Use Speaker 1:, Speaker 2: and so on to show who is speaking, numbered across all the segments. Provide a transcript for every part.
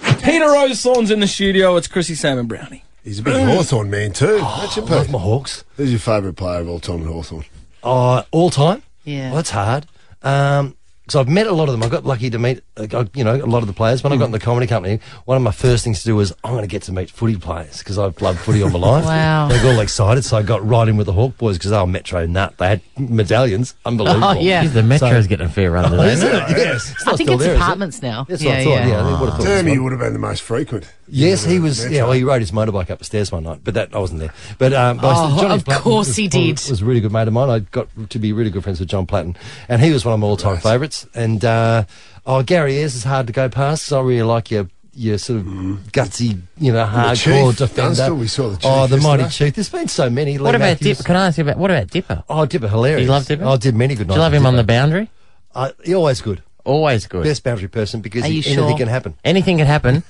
Speaker 1: Peter Rosethorn's in the studio. It's Chrissy Sam and Brownie.
Speaker 2: He's a big Hawthorn man too. That's your
Speaker 3: Oh, I love my Hawks.
Speaker 2: Who's your favourite player of all time in Hawthorn?
Speaker 3: Uh, all time?
Speaker 4: Yeah.
Speaker 3: Well, that's hard. Um, so I've met a lot of them. I got lucky to meet, uh, I- you know, a lot of the players. When I
Speaker 4: Mm.
Speaker 3: got in the comedy company, one of my first things to do was I'm going to get to meet footy players because I've loved footy all my life.
Speaker 4: Wow.
Speaker 3: They got all excited, so I got right in with the Hawk boys because they were metro nut. They had medallions, unbelievable.
Speaker 4: Oh, yeah.
Speaker 5: Geez, the metro's getting a fair run today.
Speaker 3: Is it? Yes. It's
Speaker 4: I
Speaker 3: not
Speaker 4: think
Speaker 3: still
Speaker 4: it's
Speaker 3: there, is it?
Speaker 4: apartments now.
Speaker 3: That's what I thought. Yeah, they would have thought. it was
Speaker 2: Damn,
Speaker 3: one.
Speaker 2: you would have been the most frequent.
Speaker 3: Yes, he was.
Speaker 2: That's
Speaker 3: Yeah,
Speaker 2: right.
Speaker 3: well, he rode his motorbike up the stairs one night, but that I wasn't there. But, um, but I
Speaker 4: Oh,
Speaker 3: said- Johnny
Speaker 4: of
Speaker 3: Platten
Speaker 4: course
Speaker 3: was-
Speaker 4: he did.
Speaker 3: Was a really good mate of mine. I got to be really good friends with John Platten, and he was one of my all-time favourites. And uh, oh, Gary Ayres is hard to go past. So I really like your your sort of gutsy, you know,
Speaker 2: Mm-hmm. chief,
Speaker 3: hardcore defender.
Speaker 2: Dunstall, we saw the chief
Speaker 3: oh, the mighty
Speaker 2: yesterday.
Speaker 3: chief. There's been so many.
Speaker 5: What
Speaker 3: Lee
Speaker 5: about
Speaker 3: Matthews.
Speaker 5: Dipper? Can I ask you about what about Dipper?
Speaker 3: Oh, Dipper, hilarious.
Speaker 5: You love Dipper?
Speaker 3: Oh, I did many good
Speaker 5: Do
Speaker 3: nights.
Speaker 5: you love him on the
Speaker 3: Dipper.
Speaker 5: boundary?
Speaker 3: Uh, he always good.
Speaker 5: Always good.
Speaker 3: Best boundary person because
Speaker 4: Are
Speaker 3: he,
Speaker 4: you
Speaker 3: anything
Speaker 4: sure?
Speaker 3: can happen.
Speaker 5: Anything can happen.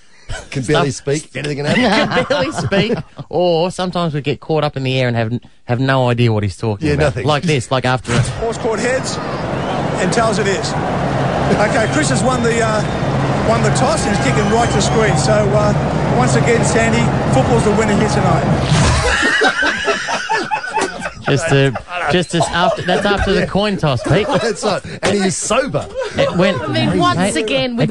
Speaker 3: Can barely speak. Anything can happen.
Speaker 5: Can barely speak, or sometimes we get caught up in the air and have have no idea what he's talking
Speaker 3: Yeah,
Speaker 5: about.
Speaker 3: nothing.
Speaker 5: Like this, like after.
Speaker 6: Horse court heads and tells it is. Okay, Chris has won the uh, won the toss and is kicking right to screen. So uh, once again, Sandy, football's the winner here tonight.
Speaker 5: Just to, just as after. That's after the coin toss, Pete.
Speaker 3: That's right. And he is sober.
Speaker 5: It went.
Speaker 4: I mean, once again, with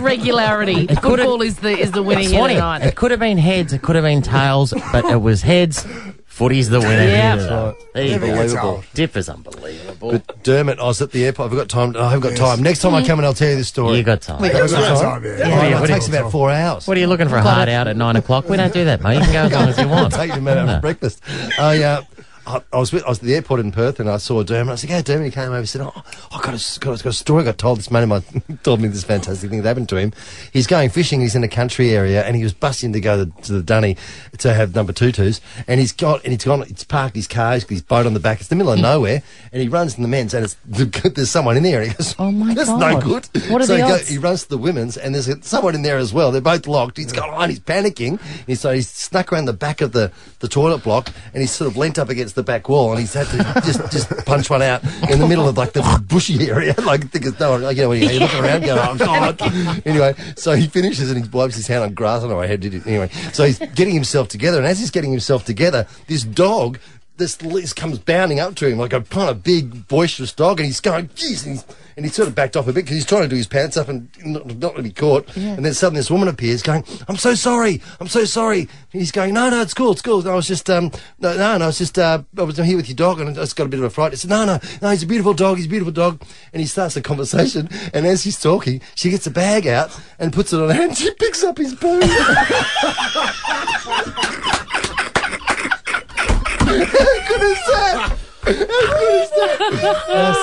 Speaker 4: regularity, football is the is the winner here
Speaker 5: Swanee,
Speaker 4: tonight.
Speaker 5: it could have been heads, it could have been tails, but it was heads. Footy's the winner.
Speaker 4: Yeah.
Speaker 5: here tonight.
Speaker 2: old.
Speaker 5: Unbelievable. Dipper's unbelievable.
Speaker 3: But Dermot, I was at the airport. I've got time. I haven't got time. Next time I come in, I'll tell you this story.
Speaker 5: you got time.
Speaker 2: That was a good time, yeah.
Speaker 3: Oh,
Speaker 5: Yeah,
Speaker 3: it
Speaker 5: what
Speaker 3: takes
Speaker 5: do
Speaker 3: about four hours.
Speaker 5: What are you looking for a hard out at nine o'clock? We don't do that, mate. You can go as long as you want.
Speaker 3: Take them out
Speaker 5: No.
Speaker 3: for breakfast. I, uh, I, I was with, I was at the airport in Perth and I saw Dermot. I was like, "Hey, Dermot," he came over and said, "Oh, I got a, got, a, got a story. I got told this mate of mine told me this fantastic thing that happened to him. He's going fishing. He's in a country area and he was busting to go to, to the dunny to have number two twos. And he's got and he's gone. It's parked his car. He's got his boat on the back. It's the middle
Speaker 5: Hmm.
Speaker 3: of nowhere. And he runs in the men's and it's there's someone in there. And he goes,
Speaker 4: Oh, my
Speaker 3: that's
Speaker 4: God.
Speaker 3: no good.
Speaker 4: What are
Speaker 3: so
Speaker 4: the
Speaker 3: he go-
Speaker 4: odds?
Speaker 3: he runs to the women's, and there's someone in there as well. They're both locked. He's gone on. He's panicking. And so he's snuck around the back of the, the toilet block, and he's sort of leant up against the back wall, and he's had to just just punch one out in the middle of like the bushy area. Like I think it's no, one- like, you know when you, you look around, and go oh god. anyway, so he finishes and he wipes his hand on grass. I don't know how he did it anyway. So he's getting himself together, and as he's getting himself together, this dog. This Liz comes bounding up to him like a kind of big, boisterous dog, and he's going, geez, and he's and he sort of backed off a bit because he's trying to do his pants up and not, not to be caught. And then suddenly this woman appears going, I'm so sorry, I'm so sorry. And he's going, no, no, it's cool, it's cool. And I was just, um, no, no, no, I was just, uh, I was here with your dog and I just got a bit of a fright. I said, no, no, no, he's a beautiful dog, he's a beautiful dog. And he starts the conversation. And as he's talking, she gets a bag out and puts it on her and she picks up his poo. I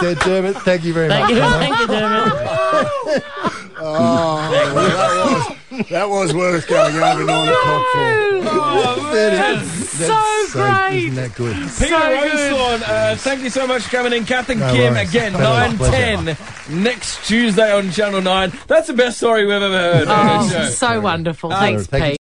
Speaker 3: said, Dermot, thank you very
Speaker 5: Thank
Speaker 3: much.
Speaker 5: you, thank you, Dermot.
Speaker 2: That was worth going over nine o'clock for.
Speaker 3: That's
Speaker 4: so great.
Speaker 3: Isn't that good?
Speaker 1: Peter
Speaker 4: So good.
Speaker 1: Rosethorn, uh, thank you so much for coming in. Kath and Kim
Speaker 3: worries.
Speaker 1: again,
Speaker 3: Been a
Speaker 1: nine
Speaker 3: pleasure.
Speaker 1: ten next Tuesday on Channel Nine. That's the best story we've ever heard. on
Speaker 4: Oh,
Speaker 1: this show.
Speaker 4: so wonderful. Thanks,
Speaker 3: Thank you,
Speaker 4: Pete.